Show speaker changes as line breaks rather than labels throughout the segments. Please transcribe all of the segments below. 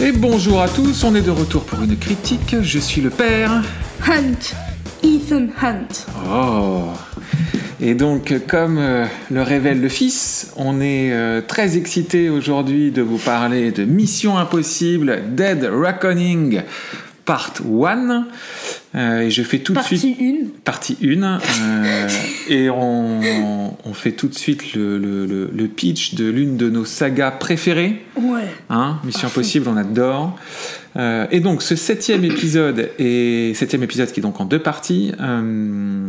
Et bonjour à tous, on est de retour pour une critique. Je suis le père.
Hunt. Ethan Hunt.
Oh Et donc, comme euh, le révèle le fils, on est euh, très excité aujourd'hui de vous parler de Mission Impossible Dead Reckoning Part 1. Euh, et je fais tout de suite.
Partie 1.
Partie 1. et on, on fait tout de suite le, le- le- le pitch de l'une de nos sagas préférées.
Ouais.
Hein, Mission
À fond.
Impossible, on adore. Euh, et donc, ce septième épisode, et septième épisode qui est donc en deux parties, euh,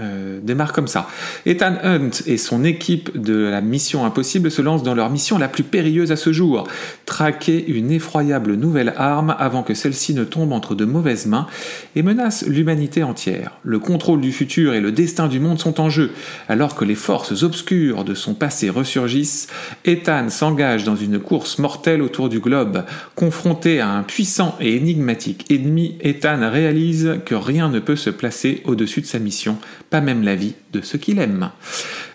euh, démarre comme ça. Ethan Hunt et son équipe de la Mission Impossible se lancent dans leur mission la plus périlleuse à ce jour traquer une effroyable nouvelle arme avant que celle-ci ne tombe entre de mauvaises mains et menace l'humanité entière. Le contrôle du futur et le destin du monde sont en jeu. Alors que les forces obscures de son passé ressurgissent, Ethan s'engage dans une course mortelle autour du globe. Confronté à un puissant et énigmatique ennemi, Ethan réalise que rien ne peut se placer au-dessus de sa mission, pas même la vie de ceux qu'il aime.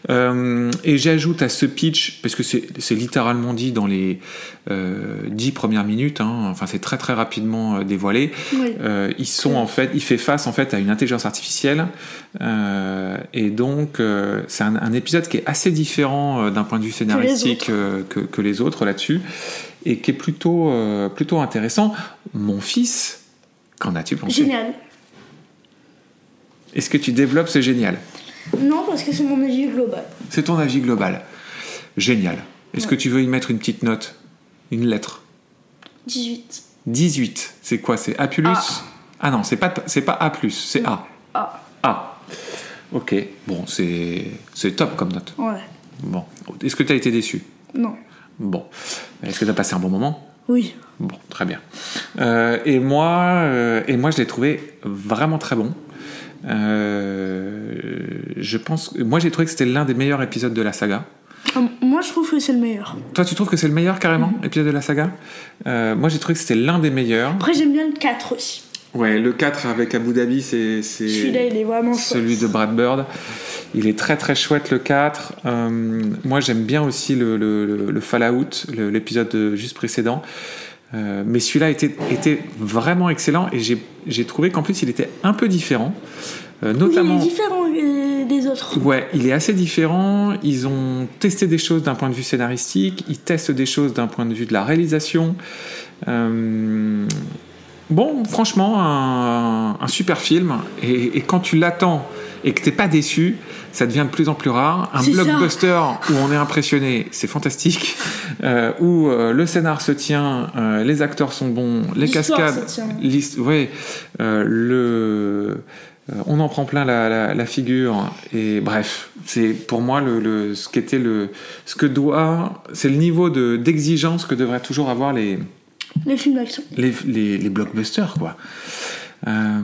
Euh, et j'ajoute à ce pitch, parce que c'est c'est littéralement dit dans les euh, dix premières minutes, hein, enfin c'est très très rapidement euh, dévoilé,
Ouais.
euh, ils sont en fait, il fait face en fait à une intelligence artificielle, euh, et donc euh, c'est un, un épisode qui est assez différent euh, d'un point de vue scénaristique euh, que, que les autres là-dessus, et qui est plutôt euh, plutôt intéressant. Mon fils, qu'en as-tu pensé
Génial.
Est-ce que tu développes ce génial
Non, parce que c'est mon avis global.
C'est ton avis global. Génial. Est-ce
Ouais.
que tu veux y mettre une petite note Une lettre
18.
18. C'est quoi C'est A plus
A.
Ah non, c'est pas, c'est pas A, c'est A.
Ah,
A. Ok. Bon, c'est c'est top comme note.
ouais.
Bon. Est-ce que tu as été déçu
Non.
Bon. Est-ce que tu as passé un bon moment
Oui.
Bon, très bien. Euh, et moi, euh, et moi, je l'ai trouvé vraiment très bon. Euh, je pense, moi, j'ai trouvé que c'était l'un des meilleurs épisodes de la saga.
Ah, moi, je trouve que c'est le meilleur.
Toi, tu trouves que c'est le meilleur carrément épisode de la saga Euh, Moi, j'ai trouvé que c'était l'un des meilleurs.
Après, j'aime bien le 4 aussi.
Ouais, le 4 avec Abu Dhabi, c'est
Celui-là, il est vraiment chouette.
celui de Brad Bird. Il est très très chouette le 4. Euh, moi j'aime bien aussi le, le- le- le Fallout, le- l'épisode de- juste précédent. Euh, mais celui-là était, était vraiment excellent et j'ai- j'ai trouvé qu'en plus il était un peu différent. Euh,
Oui, il est
notamment.
différent euh, des autres.
Ouais, il est assez différent. Ils ont testé des choses d'un point de vue scénaristique, ils testent des choses d'un point de vue de la réalisation. Euh, Bon, franchement, un, un super film. Et, et quand tu l'attends et que t'es pas déçu, ça devient de plus en plus rare. Un
C'est ça.
blockbuster où on est impressionné, c'est fantastique. Euh, où euh, le scénar se tient, euh, les acteurs sont bons, les
L'histoire
cascades,
se tient.
l'hist- ouais, euh, le, euh, on en prend plein la, la- la figure. Et bref, c'est pour moi le, le- ce qu'était le, ce que doit, c'est le niveau de d'exigence que devraient toujours avoir les
Les films d'action.
les, les- les blockbusters, quoi. Euh,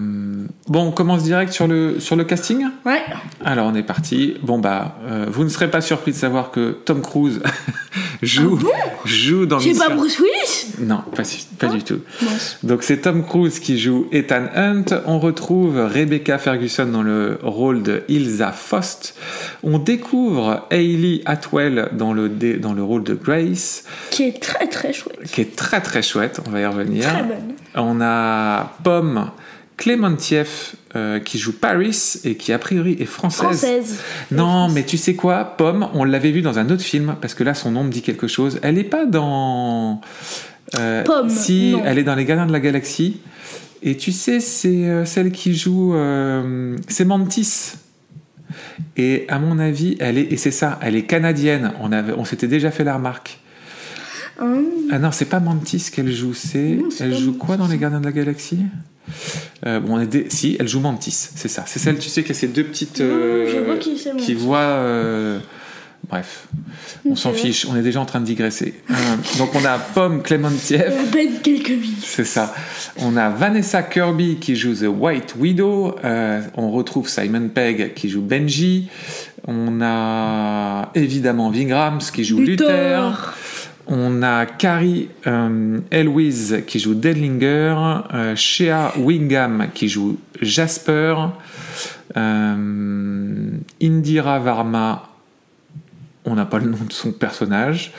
bon, on commence direct sur le, sur le casting.
Ouais.
Alors, on est parti. Bon, bah, euh, vous ne serez pas surpris de savoir que Tom Cruise joue, joue dans
C'est
Mission-
pas Bruce Willis
Non, pas, si- pas du tout.
Ah, Mince.
Donc, c'est Tom Cruise qui joue Ethan Hunt. On retrouve Rebecca Ferguson dans le rôle de Ilsa Faust. On découvre Hayley Atwell dans le, dé- dans le rôle de Grace,
Qui est très très chouette.
qui est très très chouette. On va y revenir.
Très bonne.
On a Pomme Clémentief euh, qui joue Paris et qui a priori est française.
Française.
Non, mais tu sais quoi, Pomme, on l'avait vu dans un autre film parce que là son nom me dit quelque chose. Elle n'est pas dans. euh,
Pomme,
Si,
non.
elle est dans Les Gardiens de la Galaxie. Et tu sais, c'est euh, celle qui joue. euh, c'est Mantis. Et à mon avis, elle est. Et c'est ça, elle est canadienne. On, avait, on s'était déjà fait la remarque.
Hein
Ah non, c'est pas Mantis qu'elle joue, c'est.
Non, c'est
Elle
pas
joue quoi dans
Mantis.
Les Gardiens de la Galaxie Euh, Bon, on est des- si, elle joue Mantis, c'est ça. C'est celle, tu sais, qui a ces deux petites. euh,
Oui, je vois qui c'est, moi.
qui voient. euh, Bref, on s'en
Ok.
fiche, on est déjà en train de digresser. Euh, donc on a Pomme Clémentief,
À peine quelques minutes.
c'est ça. On a Vanessa Kirby qui joue The White Widow. Euh, on retrouve Simon Pegg qui joue Benji. On a évidemment Vingrams qui joue Luther. On a Carrie euh, Elwes qui joue Deadlinger, euh, Shea Wingham qui joue Jasper, euh, Indira Varma, on n'a pas le nom de son personnage.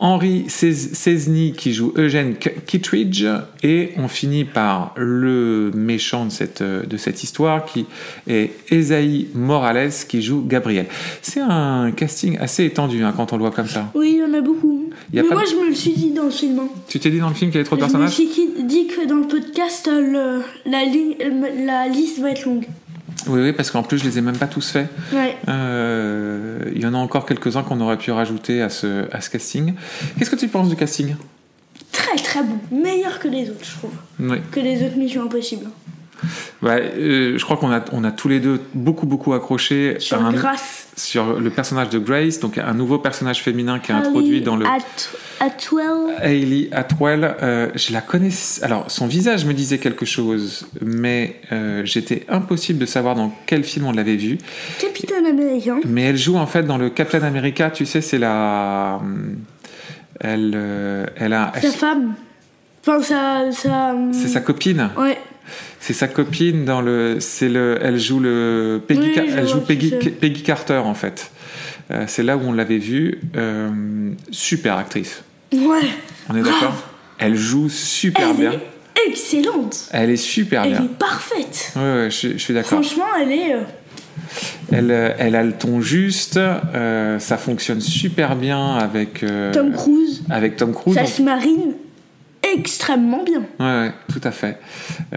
Henry Sesny qui joue Eugene K- Kittredge et on finit par le méchant de cette, euh, de cette histoire qui est Esaïe Morales qui joue Gabriel. C'est un casting assez étendu hein, quand on le voit comme ça.
Oui, il y en a beaucoup.
Il y a
Mais
pas
moi,
de-
je me le suis dit dans le film. hein.
Tu t'es dit dans le film qu'il y avait trop de
Je me
personnages
suis qui- dit que dans le podcast, euh, le- la, li- euh, la liste va être longue.
Oui, oui, parce qu'en plus je les ai même pas tous faits.
Ouais.
Euh, il y en a encore quelques-uns qu'on aurait pu rajouter à ce, à ce casting. Qu'est-ce que tu penses du casting
Très très bon. Meilleur que les autres, je trouve.
Oui.
Que les autres Missions Impossibles. hein.
Ouais, euh, je crois qu'on a, on a tous les deux beaucoup, beaucoup accroché
Sur
à un-
Grâce.
sur le personnage de Grace, donc un nouveau personnage féminin
Ah
qui est introduit dans le.
Atwell.
Hayley Atwell, euh, je la connais. Alors, son visage me disait quelque chose, mais euh, j'étais impossible de savoir dans quel film on l'avait vue.
Capitaine américain.
Mais elle joue en fait dans le Captain America, tu sais, c'est la. euh, Elle, euh, elle a.
Sa femme. Enfin, sa. sa... euh,
C'est sa copine.
Ouais.
C'est sa copine dans le. C'est le. Elle joue le. Peggy.
Oui,
Car-
je
elle joue
vois qui
Peggy,
c'est.
Peggy Carter en fait. Euh, c'est là où on l'avait vue. Euh, super actrice.
Ouais.
On est d'accord. Elle joue super
Oh Elle
bien.
est excellente.
Elle est super
Elle
bien.
est parfaite.
Ouais, ouais, je, suis- je suis d'accord.
Franchement, elle est. euh,
Elle, euh, elle a le ton juste. euh, ça fonctionne super bien avec. euh,
Tom Cruise.
Avec Tom Cruise.
ça
en-
se marine extrêmement bien.
Ouais, ouais, tout à fait.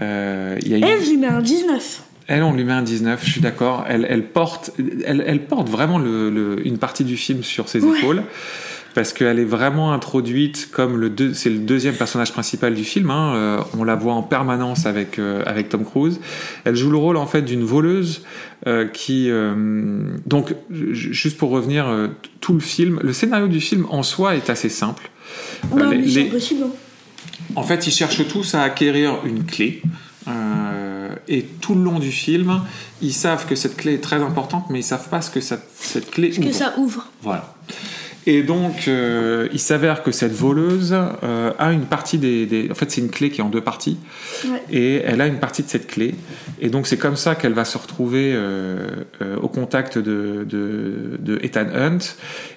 Euh, il y a une-
Elle, j'y mets un 19.
Elle, on lui met un 19, je suis d'accord. Elle, elle, porte, elle, elle porte vraiment le, le- une partie du film sur ses
Ouais.
épaules. Parce qu'elle est vraiment introduite comme le deux, c'est le deuxième personnage principal du film. hein. Euh, on la voit en permanence avec euh, avec Tom Cruise. Elle joue le rôle en fait d'une voleuse euh, qui euh, donc ju- juste pour revenir euh, t- tout le film, le scénario du film en soi est assez simple. Euh,
Bah,
les-
mais
les-
c'est impossible. hein.
en fait, ils cherchent tous à acquérir une clé. euh, et tout le long du film, ils savent que cette clé est très importante, mais ils savent pas ce que ça- cette clé
Parce que
ouvre.
ça ouvre.
Voilà. Et donc, euh, il s'avère que cette voleuse euh, a une partie des, des- En fait, c'est une clé qui est en deux parties.
Ouais.
Et elle a une partie de cette clé. Et donc, c'est comme ça qu'elle va se retrouver euh, euh, au contact de, de, de Ethan Hunt.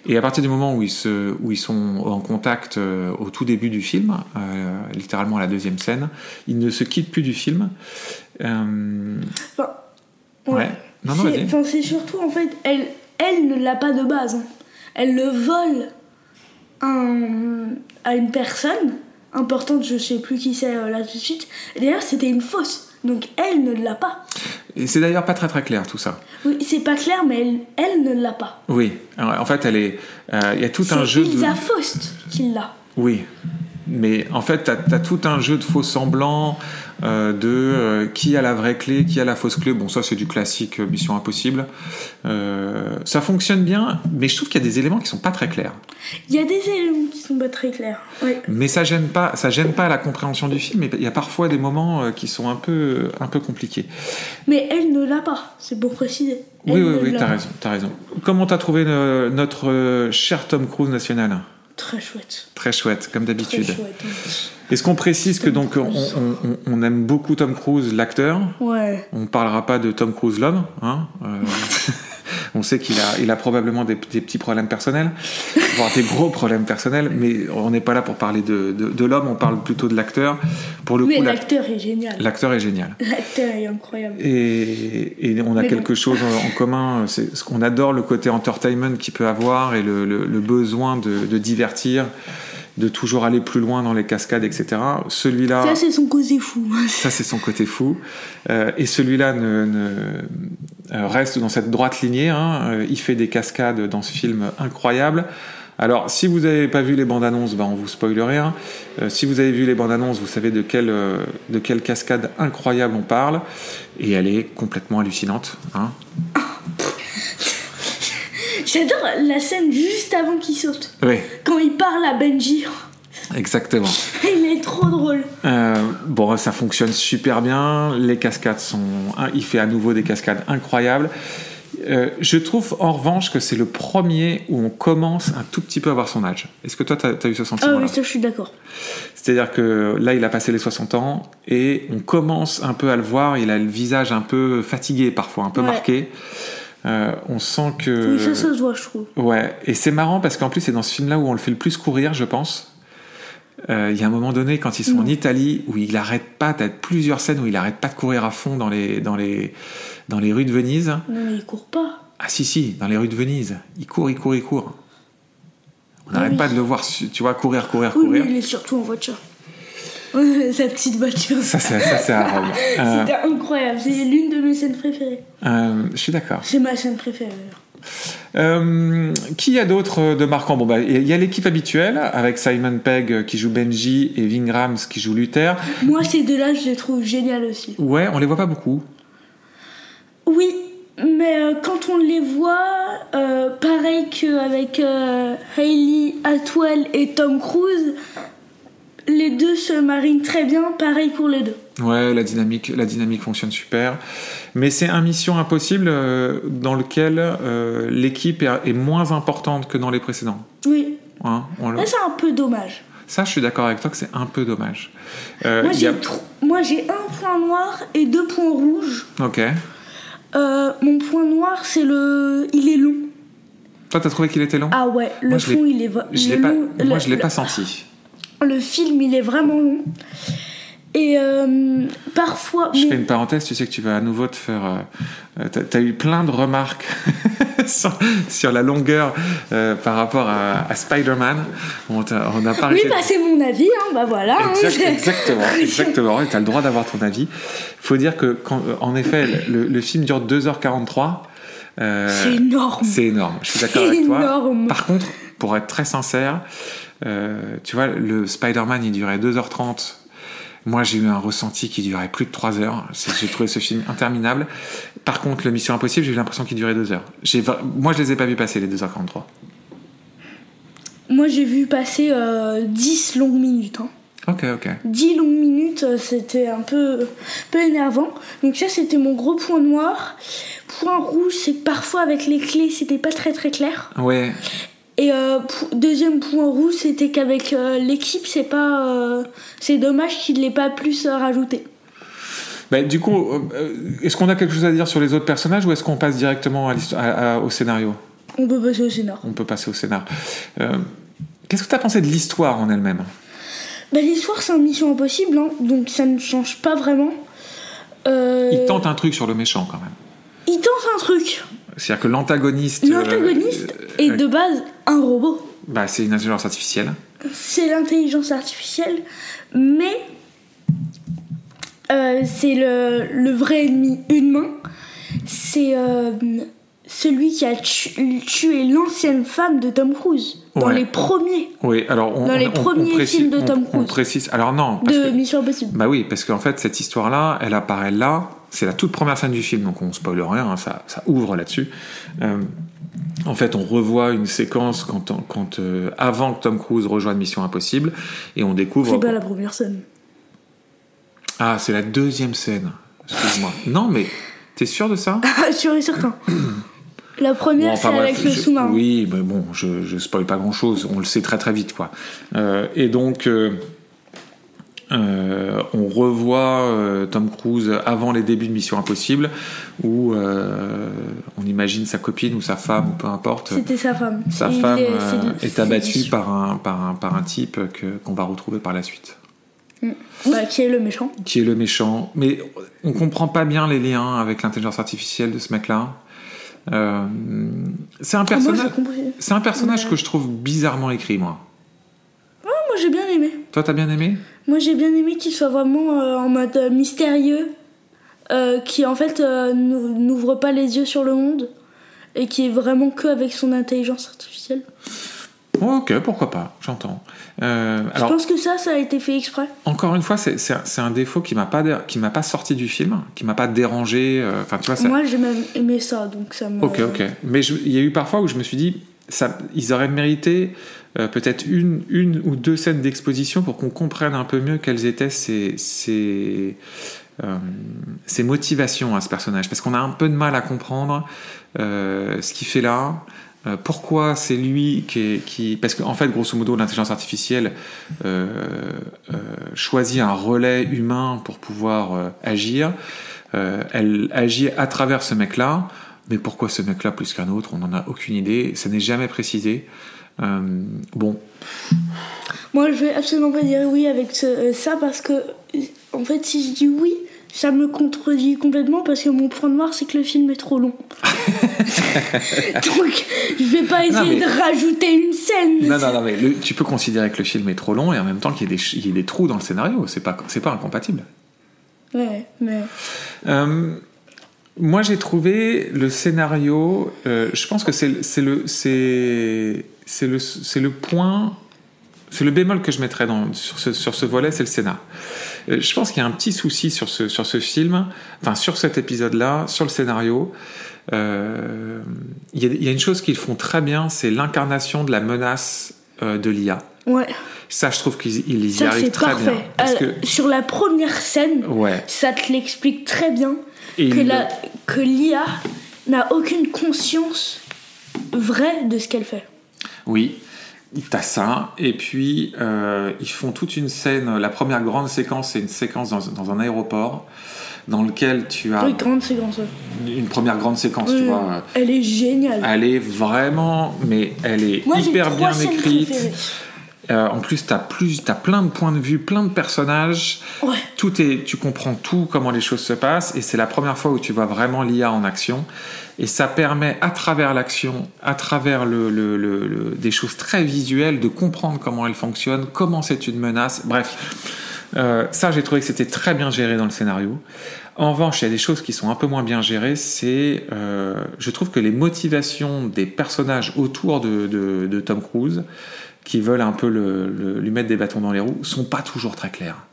Et à partir du moment où ils, se, où ils sont en contact euh, au tout début du film, euh, littéralement à la deuxième scène, ils ne se quittent plus du film. Euh,
Enfin,
ouais.
ouais.
Non, non,
C'est-
vas-y.
enfin, c'est surtout en fait, elle, elle ne l'a pas de base. hein. Elle le vole à un- à une personne importante, je sais plus qui c'est euh, là tout de suite. Et D'ailleurs, c'était une fausse, donc elle ne l'a pas.
Et c'est d'ailleurs pas très très clair tout ça.
Oui, c'est pas clair, mais elle, elle ne l'a pas.
Oui. Alors, en fait, elle est. euh, Il y a tout
C'est
un jeu de.
Elsa Faust qui l'a.
Oui. Mais en fait, tu as, tout un jeu de faux semblants, euh, de euh, qui a la vraie clé, qui a la fausse clé. Bon, ça, c'est du classique euh, Mission Impossible. Euh, ça fonctionne bien, mais je trouve qu'il y a des éléments qui sont pas très clairs.
Il y a des éléments qui sont pas très clairs. Ouais.
Mais ça gêne pas, ça gêne pas la compréhension du film. mais Il y a parfois des moments euh, qui sont un peu, un peu compliqués.
Mais elle ne l'a pas, c'est pour préciser.
Oui,
Elle
oui,
ne
oui,
l'a
t'as
pas.
raison, t'as raison. Comment t'as trouvé euh, notre euh, cher Tom Cruise national
Très chouette.
Très chouette, comme
Très
d'habitude.
chouette. hein.
Est-ce qu'on précise que donc on- on- on- on aime beaucoup Tom Cruise, l'acteur,
Ouais.
On parlera pas de Tom Cruise l'homme, hein. euh, on sait qu'il a, il a probablement des, des petits problèmes personnels, voire des gros problèmes personnels, mais on n'est pas là pour parler de, de- de l'homme, on parle plutôt de l'acteur. Pour le
Mais
coup, l'ac-
l'acteur est génial.
l'acteur est génial.
L'acteur est incroyable.
Et, et on a
Mais
quelque chose en commun, c'est ce qu'on adore le côté entertainment qu'il peut avoir et le, le- le besoin de, de divertir, de toujours aller plus loin dans les cascades, etc. Celui-là.
Ça, c'est son côté fou.
Ça, c'est son côté fou. Euh, et celui-là ne, ne- euh, reste dans cette droite lignée. hein. Euh, il fait des cascades dans ce film incroyable. Alors, si vous n'avez pas vu les bandes annonces, ben, on vous spoil rien. Euh, si vous avez vu les bandes annonces, vous savez de quelle, euh, de quelle cascade incroyable on parle. Et elle est complètement hallucinante. hein.
J'adore la scène juste avant qu'il saute.
Oui,
Quand il parle à Benji,
exactement.
il est trop drôle.
Euh, bon, ça fonctionne super bien. Les cascades sont. hein, Il fait à nouveau des cascades incroyables. Euh, je trouve en revanche que c'est le premier où on commence un tout petit peu à voir son âge. Est-ce que toi, tu as, eu ce
Ah
sentiment-là
oui, ça, je suis d'accord.
C'est-à-dire que là, il a passé les 60 ans et on commence un peu à le voir. Il a le visage un peu fatigué parfois, un peu
Ouais.
marqué. Euh, on sent que.
Oui, ça, ça se voit, je trouve.
Ouais, et c'est marrant parce qu'en plus, c'est dans ce film-là où on le fait le plus courir, je pense. Euh, Il y a un moment donné, quand ils sont en
Mm.
Italie, où il n'arrête pas, t'as plusieurs scènes où il n'arrête pas de courir à fond dans les, dans les, dans les rues de Venise.
Non, mais il court pas.
Ah si, si, dans les rues de Venise. Il court, il court, il court. On
Ah
n'arrête
oui.
pas de le voir, su- tu vois, courir, courir,
Oui,
courir.
mais il est surtout en voiture. Sa petite voiture.
Ça, c'est ça, c'est à Rome. Euh,
C'était incroyable. C'est l'une de mes scènes préférées.
euh, je suis d'accord.
C'est ma scène préférée. d'ailleurs.
Euh, qui y a d'autre de marquant Bon, bah, il y a l'équipe habituelle avec Simon Pegg qui joue Benji et Ving Rams qui joue Luther.
Moi, ces deux-là, je les trouve géniales aussi.
Ouais, on les voit pas beaucoup.
Oui, mais euh, quand on les voit, euh, pareil qu'avec euh, Hailey Atwell et Tom Cruise, les deux se marient très bien, pareil pour les deux.
Ouais, la dynamique, la dynamique fonctionne super. Mais c'est un Mission Impossible euh, dans lequel euh, l'équipe est, est moins importante que dans les précédents.
Oui,
Hein, on le-
là, c'est un peu dommage.
Ça, je suis d'accord avec toi que c'est un peu dommage. Euh,
Moi,
il y
j'ai
a-
tro- Moi, j'ai un point noir et deux points rouges.
Ok.
Euh, mon point noir, c'est le. Il est long.
Toi, t'as trouvé qu'il était long
Ah ouais, le
Moi, je l'ai-
fond, il est. va-
Je
il
l'ai
est
pas.
long.
Moi,
Le-
je l'ai
le-
pas senti.
Le film, il est vraiment long. Et euh, parfois.
Je
mais-
fais une parenthèse. Tu sais que tu vas à nouveau te faire. euh, euh, t'as- t'as eu plein de remarques sur, sur la longueur euh, par rapport à, à Spider-Man. On t'a- on n'a pas
Oui,
arrêté de-
bah c'est mon avis, hein, bah voilà. hein,
Ah, Exact-
c'est-
exactement, exactement. Et tu as le droit d'avoir ton avis. faut dire que, quand- euh, en effet, le, le film dure 2h43. euh,
C'est énorme.
c'est énorme. Je suis d'accord
C'est
avec toi.
énorme.
Par contre, pour être très sincère, euh, tu vois, le Spider-Man, il durait 2h30. Moi, j'ai eu un ressenti qui durait plus de 3 heures. C'est- J'ai trouvé ce film interminable. Par contre, le Mission Impossible, j'ai eu l'impression qu'il durait 2 heures. J'ai vra- Moi, je les ai pas vus passer, les 2h43.
Moi j'ai vu passer euh, 10 longues minutes. hein.
Ok, ok.
10 longues minutes, euh, c'était un peu, peu énervant. Donc ça c'était mon gros point noir. Point rouge, c'est que parfois avec les clés c'était pas très très clair.
Ouais,
Et euh, pou- deuxième point rouge, c'était qu'avec euh, l'équipe c'est pas... euh, c'est dommage qu'il l'ait pas plus euh, rajouté.
Bah, du coup, euh, euh, est-ce qu'on a quelque chose à dire sur les autres personnages ou est-ce qu'on passe directement à l'histo- à- à- au scénario
On peut passer au scénar.
On peut passer au scénar. Euh, Qu'est-ce que tu as pensé de l'histoire en elle-même
Bah l'histoire c'est un mission impossible, hein, donc ça ne change pas vraiment. Euh,
Il tente un truc sur le méchant quand même.
Il tente un truc.
C'est-à-dire que l'antagoniste. euh,
L'antagoniste
euh,
est
euh,
de base un robot.
bah, c'est une intelligence artificielle.
C'est l'intelligence artificielle, mais euh, c'est le, le vrai ennemi humain. C'est euh, celui qui a tu- tué l'ancienne femme de Tom Cruise dans
Ouais.
les premiers
Oui, alors on.
Dans
on-
les
on- on
premiers
précise-
films de
on-
Tom
On
Cruise.
précise. Alors non, parce
de
que-
Mission Impossible.
Bah oui, parce qu'en fait, cette histoire-là, elle apparaît là. C'est la toute première scène du film, donc on spoil rien, hein, ça, ça ouvre là-dessus. Euh, en fait, on revoit une séquence quand, on- quand, euh, avant que Tom Cruise rejoigne Mission Impossible, et on découvre.
C'est pas la première scène.
Ah, c'est la deuxième scène. Excuse-moi. non, mais t'es sûr de ça
Sûr et certain. La
Bon,
première,
enfin,
c'est
bref,
avec le
je-
sous-marin.
Oui, mais bon, je, je spoil pas grand-chose, on le sait très très vite, quoi. Euh, et donc, euh, euh, on revoit euh, Tom Cruise avant les débuts de Mission Impossible, où euh, on imagine sa copine ou sa femme, ou peu importe,
C'était sa femme.
sa
Il
femme
est-
euh,
c'est-
est,
c'est
abattue
déçu.
par un, par, un, par un type que- qu'on va retrouver par la suite,
Bah, qui est le méchant.
qui est le méchant. Mais on comprend pas bien les liens avec l'intelligence artificielle de ce mec-là. Euh, c'est un
Ah, Moi,
personnage...
j'ai compris.
C'est un personnage que je trouve bizarrement écrit, moi.
Ah, Moi j'ai bien aimé.
Toi, t'as bien aimé
Moi j'ai bien aimé qu'il soit vraiment euh, en mode euh, mystérieux, euh, qui en fait euh, n'ou- n'ouvre pas les yeux sur le monde et qui est vraiment que avec son intelligence artificielle.
Ok, pourquoi pas, j'entends. Euh,
Je
alors,
pense que ça, ça a été fait exprès.
encore une fois, c'est- c'est un- c'est un défaut qui m'a pas, dé- qui m'a pas sorti du film, qui m'a pas dérangé. euh, Enfin, tu vois, ça...
Moi j'ai même aimé ça, donc ça m'a.
Ok, ok. Mais je- il y a eu parfois où je me suis dit, ça, ils auraient mérité euh, peut-être une, une ou deux scènes d'exposition pour qu'on comprenne un peu mieux quelles étaient ses, ses, euh, ses motivations à ce personnage. Parce qu'on a un peu de mal à comprendre euh, ce qu'il fait là. euh, Pourquoi c'est lui qui, est- qui... Parce qu'en fait, grosso modo, l'intelligence artificielle euh, euh, choisit un relais humain pour pouvoir euh, agir. Euh, elle agit à travers ce mec-là. Mais pourquoi ce mec-là plus qu'un autre On n'en a aucune idée. Ça n'est jamais précisé. Euh, bon,
Moi, je vais absolument pas dire oui avec ce- euh, ça parce que, euh, en fait, si je dis oui, ça me contredit complètement parce que mon point noir, c'est que le film est trop long. Donc, je vais pas
Non,
essayer
mais-
de rajouter une scène.
Non, non, non, mais le- tu peux considérer que le film est trop long et en même temps qu'il y ait des, ch- il y ait des trous dans le scénario. C'est pas, c'est pas incompatible.
Ouais, mais.
Euh, moi, j'ai trouvé le scénario. euh, je pense que c'est c'est le c'est c'est le c'est le point. C'est le bémol que je mettrais dans, sur, ce, sur ce volet, c'est le scénar. Euh, Je pense qu'il y a un petit souci sur ce, sur ce film, enfin sur cet épisode-là, sur le scénario. Euh, Il y, a- il y a une chose qu'ils font très bien, c'est l'incarnation de la menace euh, de l'IA.
Ouais,
Ça, je trouve qu'ils ils y
ça
arrivent
c'est
très
parfait.
bien. Parce
Euh, Sur la première scène,
que, ouais.
ça te l'explique très bien
Et
que
ils-
la- que l'IA n'a aucune conscience vraie de ce qu'elle fait.
Oui, t'as ça. Et puis, euh, ils font toute une scène. La première grande séquence, c'est une séquence dans, dans un aéroport dans lequel tu as
Oui, grande séquence. ouais.
une première grande séquence, Ah. tu
Oui,
vois.
Euh,
euh,
Elle est géniale.
Elle est vraiment, mais elle est
Moi, j'ai
hyper
trois
bien
scènes
écrite.
préférées.
Euh, en plus, t'as plus, t'as plein de points de vue, plein de personnages.
Ouais.
Tout est, tu comprends tout comment les choses se passent, et c'est la première fois où tu vois vraiment l'IA en action. Et ça permet, à travers l'action, à travers le, le- le- le- des choses très visuelles, de comprendre comment elle fonctionne, comment c'est une menace. Bref, Euh, ça, j'ai trouvé que c'était très bien géré dans le scénario. En revanche, il y a des choses qui sont un peu moins bien gérées. C'est, euh, je trouve que les motivations des personnages autour de, de- de Tom Cruise, qui veulent un peu le- le- lui mettre des bâtons dans les roues, sont pas toujours très claires.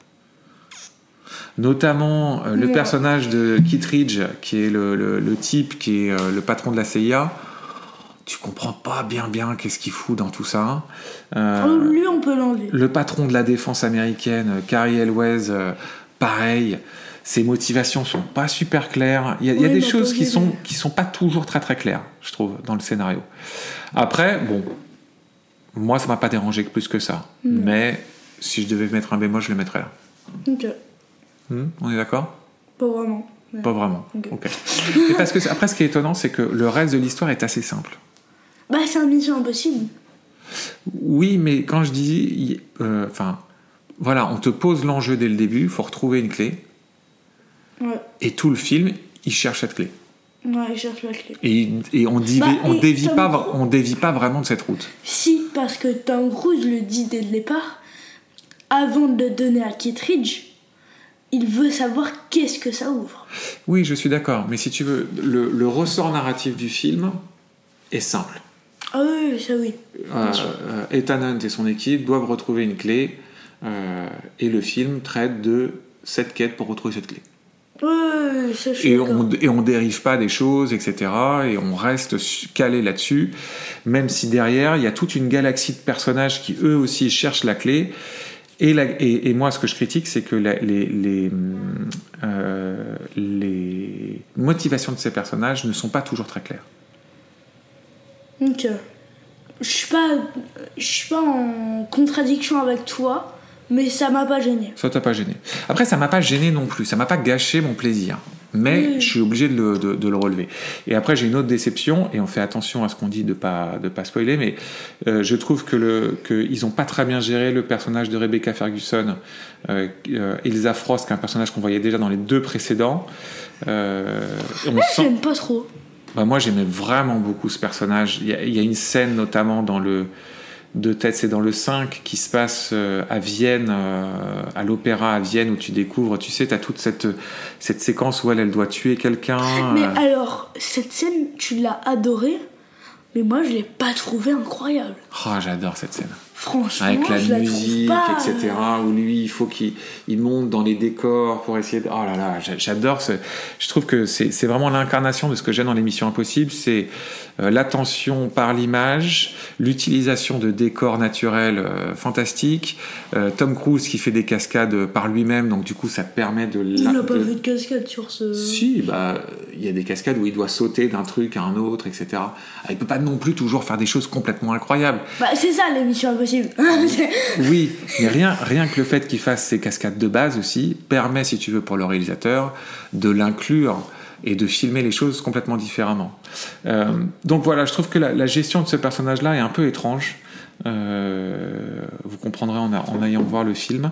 Notamment euh, le
Ouais.
personnage de Kittridge, qui est le, le- le type qui est euh, le patron de la CIA. Tu comprends pas bien bien qu'est-ce qu'il fout dans tout ça. Euh,
Oh, lui, on peut l'enlever.
le patron de la défense américaine, euh, Carrie Elwes, euh, pareil. Ses motivations sont pas super claires. Il y a, il y a des
Oui, mais
choses qui
posez-les.
sont qui sont pas toujours très très claires, je trouve, dans le scénario. Après, bon, moi ça m'a pas dérangé plus que ça.
Hmm.
Mais si je devais mettre un bémol, je le mettrais là.
Ok,
Hmm, on est d'accord
euh, pas vraiment. euh, mais-
Pas vraiment.
Ok.
Ok. Et parce que c'est- après, ce qui est étonnant, c'est que le reste de l'histoire est assez simple.
Bah, c'est un mission impossible.
Oui, mais quand je dis, il- euh, enfin, voilà, on te pose l'enjeu dès le début. Faut retrouver une clé.
Ouais,
Et tout le film, il cherche cette clé.
ouais, je cherche la clé.
Et, et on divi-
Bah,
on
et
dévie
Tom
pas,
Cruise-
vra- on dévie pas vraiment de cette route.
Si, parce que Tom Cruise le dit dès le départ, avant de le donner à Kittridge, il veut savoir qu'est-ce que ça ouvre.
Oui, je suis d'accord. Mais si tu veux, le, le ressort narratif du film est simple.
Ah oui, oui, ça oui.
Euh,
sûr.
euh, Ethan Hunt et son équipe doivent retrouver une clé, euh, et le film traite de cette quête pour retrouver cette clé.
Ouais, ouais, ouais, ça je suis
et
d'accord.
on, et on dérive pas des choses, etc. Et on reste su- calé là-dessus, même si derrière, il y a toute une galaxie de personnages qui, eux aussi, cherchent la clé. Et, la- et- et moi, ce que je critique, c'est que la- les, les, hum, euh, les motivations de ces personnages ne sont pas toujours très claires.
Donc, euh, je suis pas, je suis pas en contradiction avec toi, mais ça m'a pas gêné.
Ça t'a pas gêné. Après, ça m'a pas gêné non plus. Ça m'a pas gâché mon plaisir. Mais
Oui.
je suis obligé de le, de- de le relever. Et après, j'ai une autre déception, et on fait attention à ce qu'on dit de pas de pas spoiler, mais euh, je trouve que le que ils ont pas très bien géré le personnage de Rebecca Ferguson, euh, euh, Elsa Frost, qui est un personnage qu'on voyait déjà dans les deux précédents. Euh, on sent-
Ah, J'aime pas trop.
bah, moi, j'aimais vraiment beaucoup ce personnage. Il y, a- il y a une scène, notamment dans le. De tête, c'est dans le 5 qui se passe euh, à Vienne, euh, à l'opéra à Vienne, où tu découvres, tu sais, tu as toute cette, cette séquence où elle, elle doit tuer quelqu'un.
Mais
euh,
alors, cette scène, tu l'as adorée, mais moi je l'ai pas trouvée incroyable.
Ah, j'adore cette scène.
Franchement,
Avec la
je la trouve
musique,
pas,
etc., où lui, il faut qu'il il monte dans les décors pour essayer de. Oh là là, j'a- j'adore ce. Je trouve que c'est c'est vraiment l'incarnation de ce que j'aime dans l'émission Impossible c'est euh, l'attention par l'image, l'utilisation de décors naturels euh, fantastiques, euh, Tom Cruise qui fait des cascades par lui-même, donc du coup, ça permet de.
Il
la-
n'a pas
de-
fait de cascade sur ce.
si, bah, il y a des cascades où il doit sauter d'un truc à un autre, etc. Ah, il peut pas non plus toujours faire des choses complètement incroyables.
Bah, c'est ça l'émission impossible.
Oui, mais rien, rien que le fait qu'il fasse ces cascades de base aussi permet, si tu veux, pour le réalisateur, de l'inclure et de filmer les choses complètement différemment. Euh, donc voilà, je trouve que la, la gestion de ce personnage-là est un peu étrange. Euh, vous comprendrez en, a- en ayant voir le film.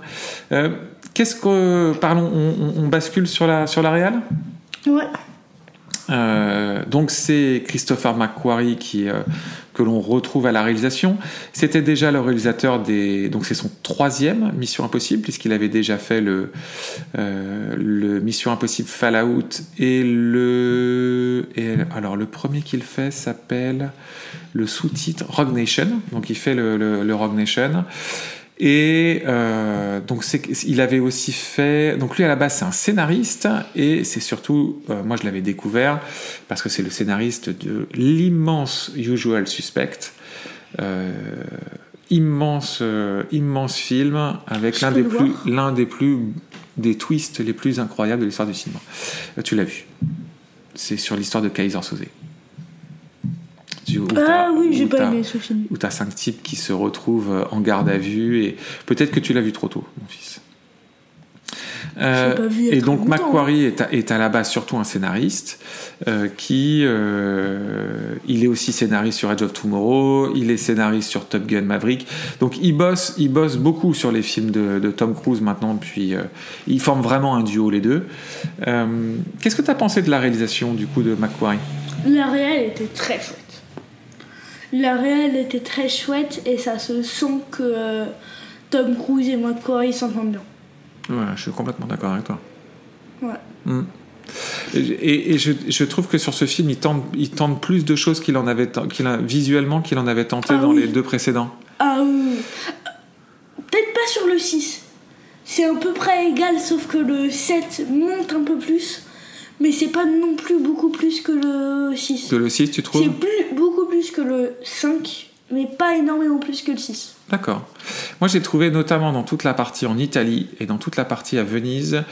Euh, Qu'est-ce que parlons on, on- on bascule sur la sur la réal
Ouais.
euh, donc c'est Christopher McQuarrie qui euh, que l'on retrouve à la réalisation. C'était déjà le réalisateur des donc c'est son troisième Mission Impossible puisqu'il avait déjà fait le euh, le Mission Impossible Fallout et le et alors le premier qu'il fait s'appelle le sous-titre Rogue Nation donc il fait le le, le Rogue Nation. Et euh, donc c'est, il avait aussi fait. Donc lui à la base c'est un scénariste et c'est surtout euh, moi je l'avais découvert parce que c'est le scénariste de l'immense Usual Suspect, Euh, immense euh, immense film avec
Je
l'un
peux
des
le
plus
voir
l'un des plus des twists les plus incroyables de l'histoire du cinéma. Euh, tu l'as vu C'est sur l'histoire de Kaiser Soze. Tu- où
Ah
t'as-
oui, j'ai
où
pas
t'as-
aimé ce film.
où t'as cinq types qui se retrouvent euh, en garde à vue et peut-être que tu l'as vu trop tôt, mon fils. Euh,
J'ai pas vu il y a
et
très
donc
longtemps.
Macquarie est à, est à la base surtout un scénariste euh, qui euh, il est aussi scénariste sur Edge of Tomorrow, il est scénariste sur Top Gun Maverick. Donc il bosse il bosse beaucoup sur les films de, de Tom Cruise maintenant puis euh, ils forment vraiment un duo les deux. Euh, Qu'est-ce que tu as pensé de la réalisation du coup de Macquarie
La réelle était très chouette. La réelle était très chouette et ça se sent que euh, Tom Cruise et McCoy s'entendent bien.
Ouais, je suis complètement d'accord avec toi.
Ouais.
Mm. Et, et je, je trouve que sur ce film, il tente, il tente plus de choses qu'il en avait ten- qu'il a, visuellement qu'il en avait tenté
Ah
dans
oui.
les deux précédents.
Ah oui. Peut-être pas sur le 6. C'est à peu près égal, sauf que le 7 monte un peu plus. Mais c'est pas non plus beaucoup plus que le 6.
Que le 6, tu trouves
C'est plus, beaucoup plus que le 5, mais pas énormément plus que le 6.
D'accord. Moi, j'ai trouvé notamment dans toute la partie en Italie et dans toute la partie à Venise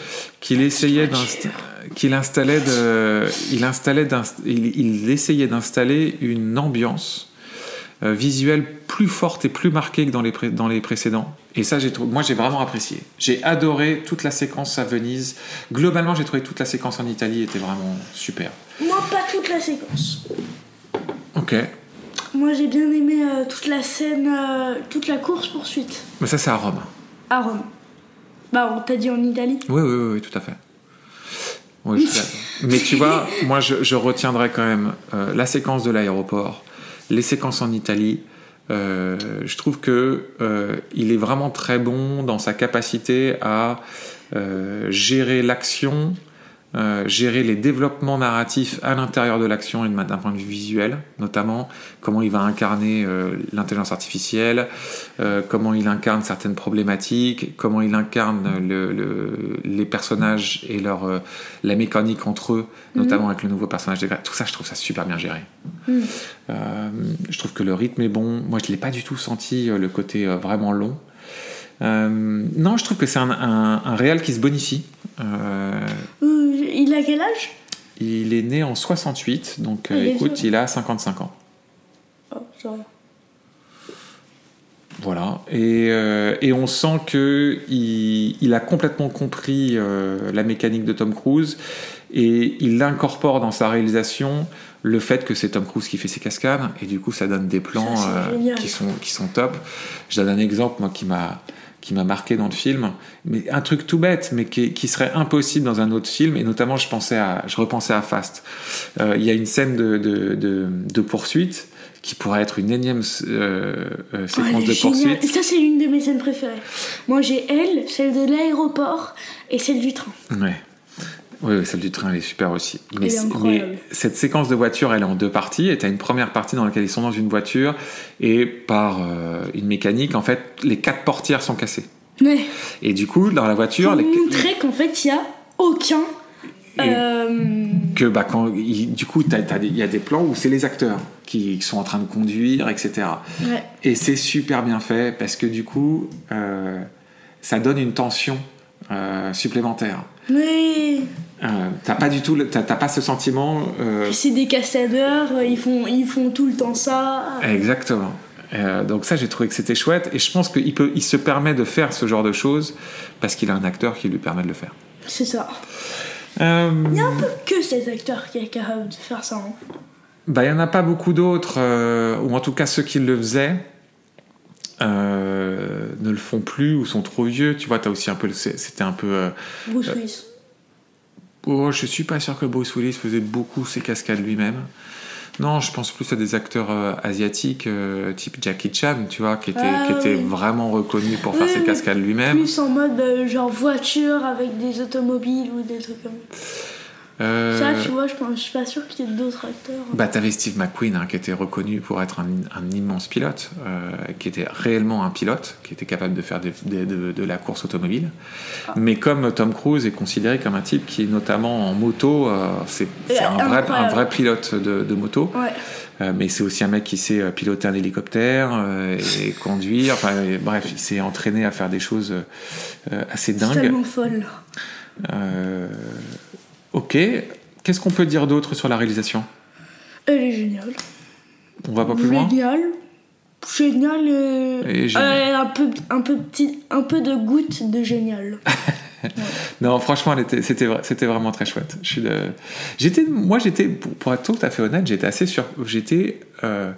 qu'il essayait d'insta- qu'il installait de, il installait d'inst- il, il essayait d'installer une ambiance euh, visuelle plus forte et plus marquée que dans les pré- dans les précédents. Et ça, j'ai trouvé, moi, j'ai vraiment apprécié. J'ai adoré toute la séquence à Venise. Globalement, j'ai trouvé toute la séquence en Italie était vraiment super.
Moi, pas toute la séquence.
Ok.
Moi, j'ai bien aimé euh, toute la scène, euh, toute la course-poursuite
Mais ça, c'est à Rome.
à Rome. Bah, on t'a dit en Italie.
Oui, oui, oui, oui, tout à fait. Oui, je suis d'accord. Mais tu vois, moi, je, je retiendrai quand même euh, la séquence de l'aéroport, les séquences en Italie. Euh, je trouve que euh, il est vraiment très bon dans sa capacité à euh, gérer l'action, euh, gérer les développements narratifs à l'intérieur de l'action et de ma- d'un point de vue visuel, notamment comment il va incarner euh, l'intelligence artificielle, euh, comment il incarne certaines problématiques, comment il incarne le- le- les personnages et leur, euh, la mécanique entre eux,
Mhm.
notamment avec le nouveau personnage de Greg. Tout ça, je trouve ça super bien géré.
Mhm.
Euh, je trouve que le rythme est bon. Moi, je l'ai pas du tout senti euh, le côté euh, vraiment long. Euh, non, je trouve que c'est un, un, un réal qui se bonifie. Euh,
Euh, il a quel âge
il est né en 68, donc euh,
Ah, il est
écoute, il a 55 ans.
Oh, ça va.
Voilà. Et, euh, et on sent que il, il a complètement compris euh, la mécanique de Tom Cruise et il incorpore dans sa réalisation le fait que c'est Tom Cruise qui fait ses cascades et du coup ça donne des plans
Ça, c'est
euh,
génial.
qui sont qui sont top. Je donne un exemple moi qui m'a qui m'a marqué dans le film, mais un truc tout bête, mais qui, qui serait impossible dans un autre film. Et notamment, je pensais à, je repensais à Fast. Euh, Il y a une scène de, de, de, de poursuite qui pourrait être une énième euh, euh,
Oh, elle
séquence
est
de
géniale.
poursuite.
Ça, c'est l'une de mes scènes préférées. Moi, j'ai elle, celle de l'aéroport et celle du train.
Ouais. Oui, oui, celle du train, elle est super aussi.
est
c'est-
incroyable.
cette séquence de voiture, elle est en deux parties. Et t'as une première partie dans laquelle ils sont dans une voiture et par euh, une mécanique, en fait, les quatre portières sont cassées.
Mais
Et du coup, dans la voiture,
pour
les...
montrer qu'en fait, il n'y a aucun.
Et-
euh,
que bah, quand il- du coup, t'as- t'as des- il y a des plans où c'est les acteurs qui, qui sont en train de conduire, etc.
ouais.
Et c'est super bien fait parce que du coup, euh, ça donne une tension euh, supplémentaire.
Mais
Euh, t'as pas du tout, le- t'as t'as pas ce sentiment. euh,
c'est des cascadeurs, euh, ils font, ils font tout le temps ça.
Exactement. Euh, donc ça, j'ai trouvé que c'était chouette, et je pense qu'il peut, il se permet de faire ce genre de choses parce qu'il a un acteur qui lui permet de le faire.
C'est ça.
Euh,
Que cet acteur qui est capable de faire ça. hein.
bah, il n'y en a pas beaucoup d'autres, euh, ou en tout cas ceux qui le faisaient euh, ne le font plus ou sont trop vieux. Tu vois, t'as aussi un peu. le- c'est- C'était un peu. euh,
Bruce Willis.
Oh, je suis pas sûr que Bruce Willis faisait beaucoup ses cascades lui-même. Non, je pense plus à des acteurs euh, asiatiques, euh, type Jackie Chan, tu vois, qui était,
Ah,
qui était
oui.
vraiment reconnu pour faire
Oui,
ses
mais
cascades lui-même.
Plus en mode euh, genre voiture avec des automobiles ou des trucs comme
Euh,
ça. Tu vois, je, pense, je suis pas sûre qu'il y ait d'autres acteurs.
Bah, t'avais Steve McQueen hein, qui était reconnu pour être un, un immense pilote, euh, qui était réellement un pilote, qui était capable de faire des- des- de, de la course automobile.
Ah.
Mais comme Tom Cruise est considéré comme un type qui, notamment en moto, euh, c'est c'est un vrai,
Incroyable.
un vrai pilote de, de moto,
Ouais.
euh, mais c'est aussi un mec qui sait euh, piloter un hélicoptère euh, et conduire. Enfin, et bref, il s'est entraîné à faire des choses euh, assez
C'est
dingues.
tellement folle.
Euh, ok, qu'est-ce qu'on peut dire d'autre sur la réalisation
Elle est géniale.
On va pas plus loin
Géniale. Géniale. euh,
Et géniale.
euh, un, peu, un, peu petit, un peu de goutte de génial.
Non, franchement, elle était- c'était vra- c'était vraiment très chouette. Je suis de- J'étais, moi, j'étais, pour, pour être tout à fait honnête, j'étais assez sur, j'étais euh,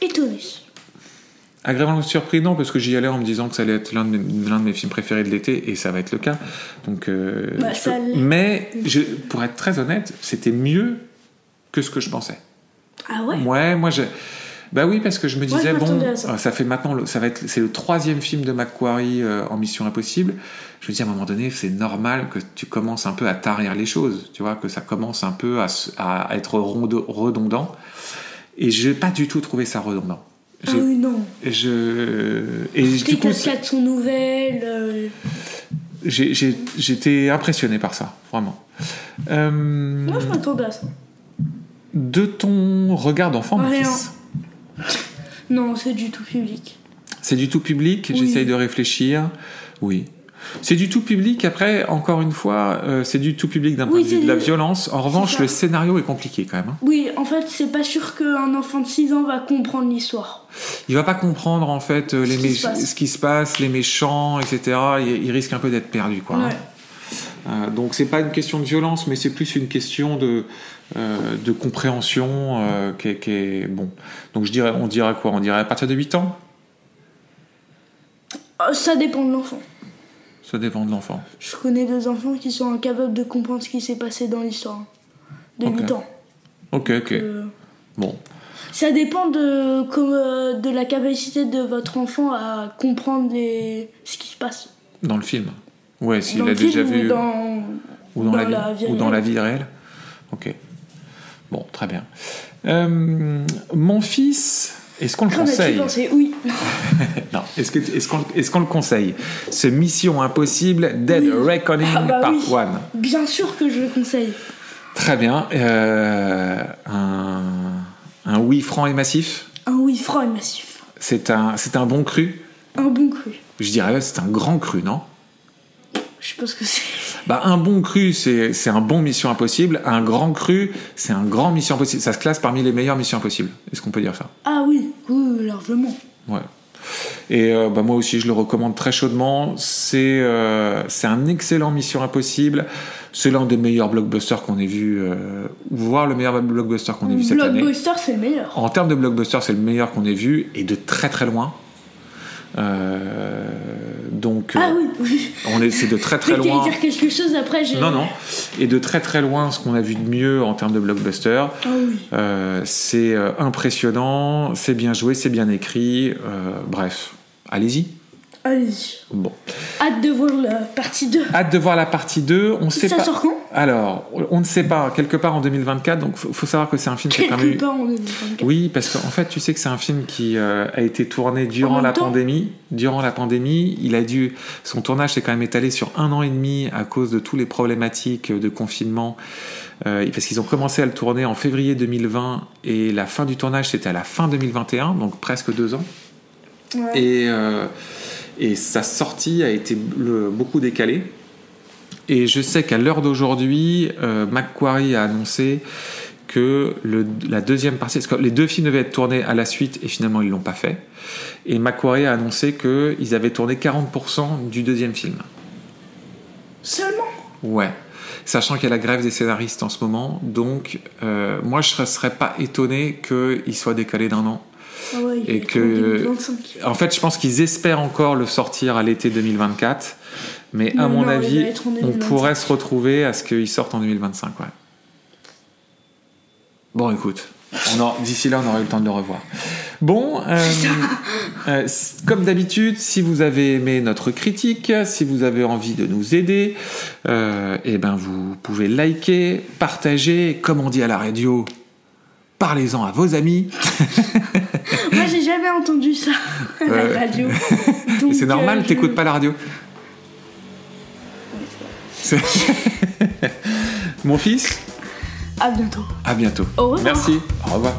Étonnée.
agréablement surpris, non, parce que j'y allais en me disant que ça allait être l'un de, mes- l'un de mes films préférés de l'été, et ça va être le cas. Donc, euh,
Bah,
je
ça
peux-
l'est.
mais je- pour être très honnête, c'était mieux que ce que je pensais.
Ah ouais
Ouais, moi, je... bah oui, parce que je me
Moi, je
disais bon,
m'attendais à ça.
euh, ça fait maintenant, le- ça va être, c'est le troisième film de McQuarrie euh, en Mission Impossible. Je me dis à un moment donné, c'est normal que tu commences un peu à tarir les choses, tu vois, que ça commence un peu à, se- à être rondo- redondant. Et j'ai pas du tout trouvé ça redondant.
Ah
J'ai-
oui, non.
Je et du
Les
coup,
cascades sont nouvelles. euh,
j'ai- j'ai- j'étais impressionné par ça, vraiment. Euh,
Moi, je m'attendais à ça.
de ton regard d'enfant, mon
Rien.
fils.
Non, c'est du tout public.
C'est du tout public,
Oui.
j'essaye de réfléchir. Oui. C'est du tout public, après, encore une fois, euh, c'est du tout public d'un
Oui,
point de vue
c'est
de la
du-
violence. En revanche,
ça.
le scénario est compliqué quand même. hein.
Oui, en fait, c'est pas sûr qu'un enfant de 6 ans va comprendre l'histoire.
Il va pas comprendre en fait euh, les
Ce qui
mé-
se passe.
ce qui se passe, les méchants, etc. Il, il risque un peu d'être perdu, quoi. hein.
Ouais.
Euh, donc c'est pas une question de violence, mais c'est plus une question de euh, de compréhension euh, qui, est, qui est- bon. Donc je dirais, on dirait quoi On dirait à partir de 8 ans.
Euh, Ça dépend de l'enfant.
Ça dépend de l'enfant.
Je connais des enfants qui sont incapables de comprendre ce qui s'est passé dans l'histoire. De
Ok.
8 ans.
Ok, ok.
Euh,
Bon.
ça dépend de, comme, euh, de la capacité de votre enfant à comprendre les... ce qui se passe.
Dans le film. Ouais, s'il
dans
a
le film
déjà
ou
vu.
dans...
Ou dans,
Dans
la, vie,
la vie
ou dans
réelle.
la vie réelle Ok. Bon, très bien. Euh, mon fils, est-ce qu'on le
Comme as-tu
conseille
pensé Oui.
Non. Est-ce que- est-ce qu'on est-ce qu'on le conseille Ce Mission Impossible Dead
Oui.
Reckoning
Ah bah
Part
oui.
1.
Bien sûr que je le conseille.
Très bien. Euh, un, un oui franc et massif.
Un oui froid et massif.
C'est un, c'est un bon cru.
Un bon cru.
Je dirais euh, c'est un grand cru, non
Je sais pas ce que c'est.
Bah, un bon cru, c'est c'est un bon Mission Impossible. Un grand cru, c'est un grand Mission Impossible. Ça se classe parmi les meilleures Missions Impossibles. Est-ce qu'on peut dire ça
Ah oui, oui, largement.
Ouais. Et euh, bah, moi aussi, je le recommande très chaudement. C'est euh, c'est un excellent Mission Impossible. C'est l'un des meilleurs blockbusters qu'on ait vu, euh, voire le meilleur blockbuster qu'on ait vu cette année.
Blockbuster, c'est le meilleur.
En termes de blockbuster, c'est le meilleur qu'on ait vu et de très très loin. Euh, donc,
Ah
euh,
oui, oui.
on est, c'est de très très
Je voulais
loin.
dire quelque chose après, j'ai.
Non, non. Et de très très loin, ce qu'on a vu de mieux en termes de blockbuster.
Ah oui.
Euh, c'est euh, impressionnant, c'est bien joué, c'est bien écrit. euh, bref, allez-y.
Allez-y.
Bon.
Hâte de voir la partie 2.
Hâte de voir la partie 2. On sait
Ça
pas.
sort quand
Alors, on ne sait pas. Quelque part en 2024. Donc, faut, faut savoir que c'est un film qui a quand même.
Quelque
eu-
part en 2024.
Oui, parce qu'en fait, tu sais que c'est un film qui euh, a été tourné durant
même
la
temps
pandémie. Durant la pandémie, il a dû. Son tournage s'est quand même étalé sur un an et demi à cause de tous les problématiques de confinement. Euh, parce qu'ils ont commencé à le tourner en février 2020 et la fin du tournage c'était à la fin 2021, donc presque deux ans.
Ouais.
Et, euh, et sa sortie a été le- beaucoup décalée. Et je sais qu'à l'heure d'aujourd'hui, euh, Macquarie a annoncé que le- la deuxième partie, parce que les deux films devaient être tournés à la suite et finalement ils l'ont pas fait. Et Macquarie a annoncé qu'ils avaient tourné 40% du deuxième film.
Seulement
Ouais. Sachant qu'il y a la grève des scénaristes en ce moment, donc euh, moi je ne serais pas étonné qu'il soit décalé d'un an.
Ah ouais, il
Et
est
que-
en 2025.
En fait, je pense qu'ils espèrent encore le sortir à l'été 2024, mais à
Non,
mon
non, il va
avis,
être en
on
2025.
pourrait se retrouver à ce qu'il sorte en 2025. Ouais. Bon, écoute, on en- d'ici là, on aurait eu le temps de le revoir. Bon, euh, euh, s- comme d'habitude, si vous avez aimé notre critique, si vous avez envie de nous aider, euh, eh ben vous pouvez liker, partager, comme on dit à la radio, parlez-en à vos amis.
Moi, j'ai jamais entendu ça à la
Ouais.
radio. euh,
Et C'est normal, t'écoutes pas la radio. C'est- Mon fils,
À bientôt.
à bientôt.
Au revoir.
Merci. Au revoir.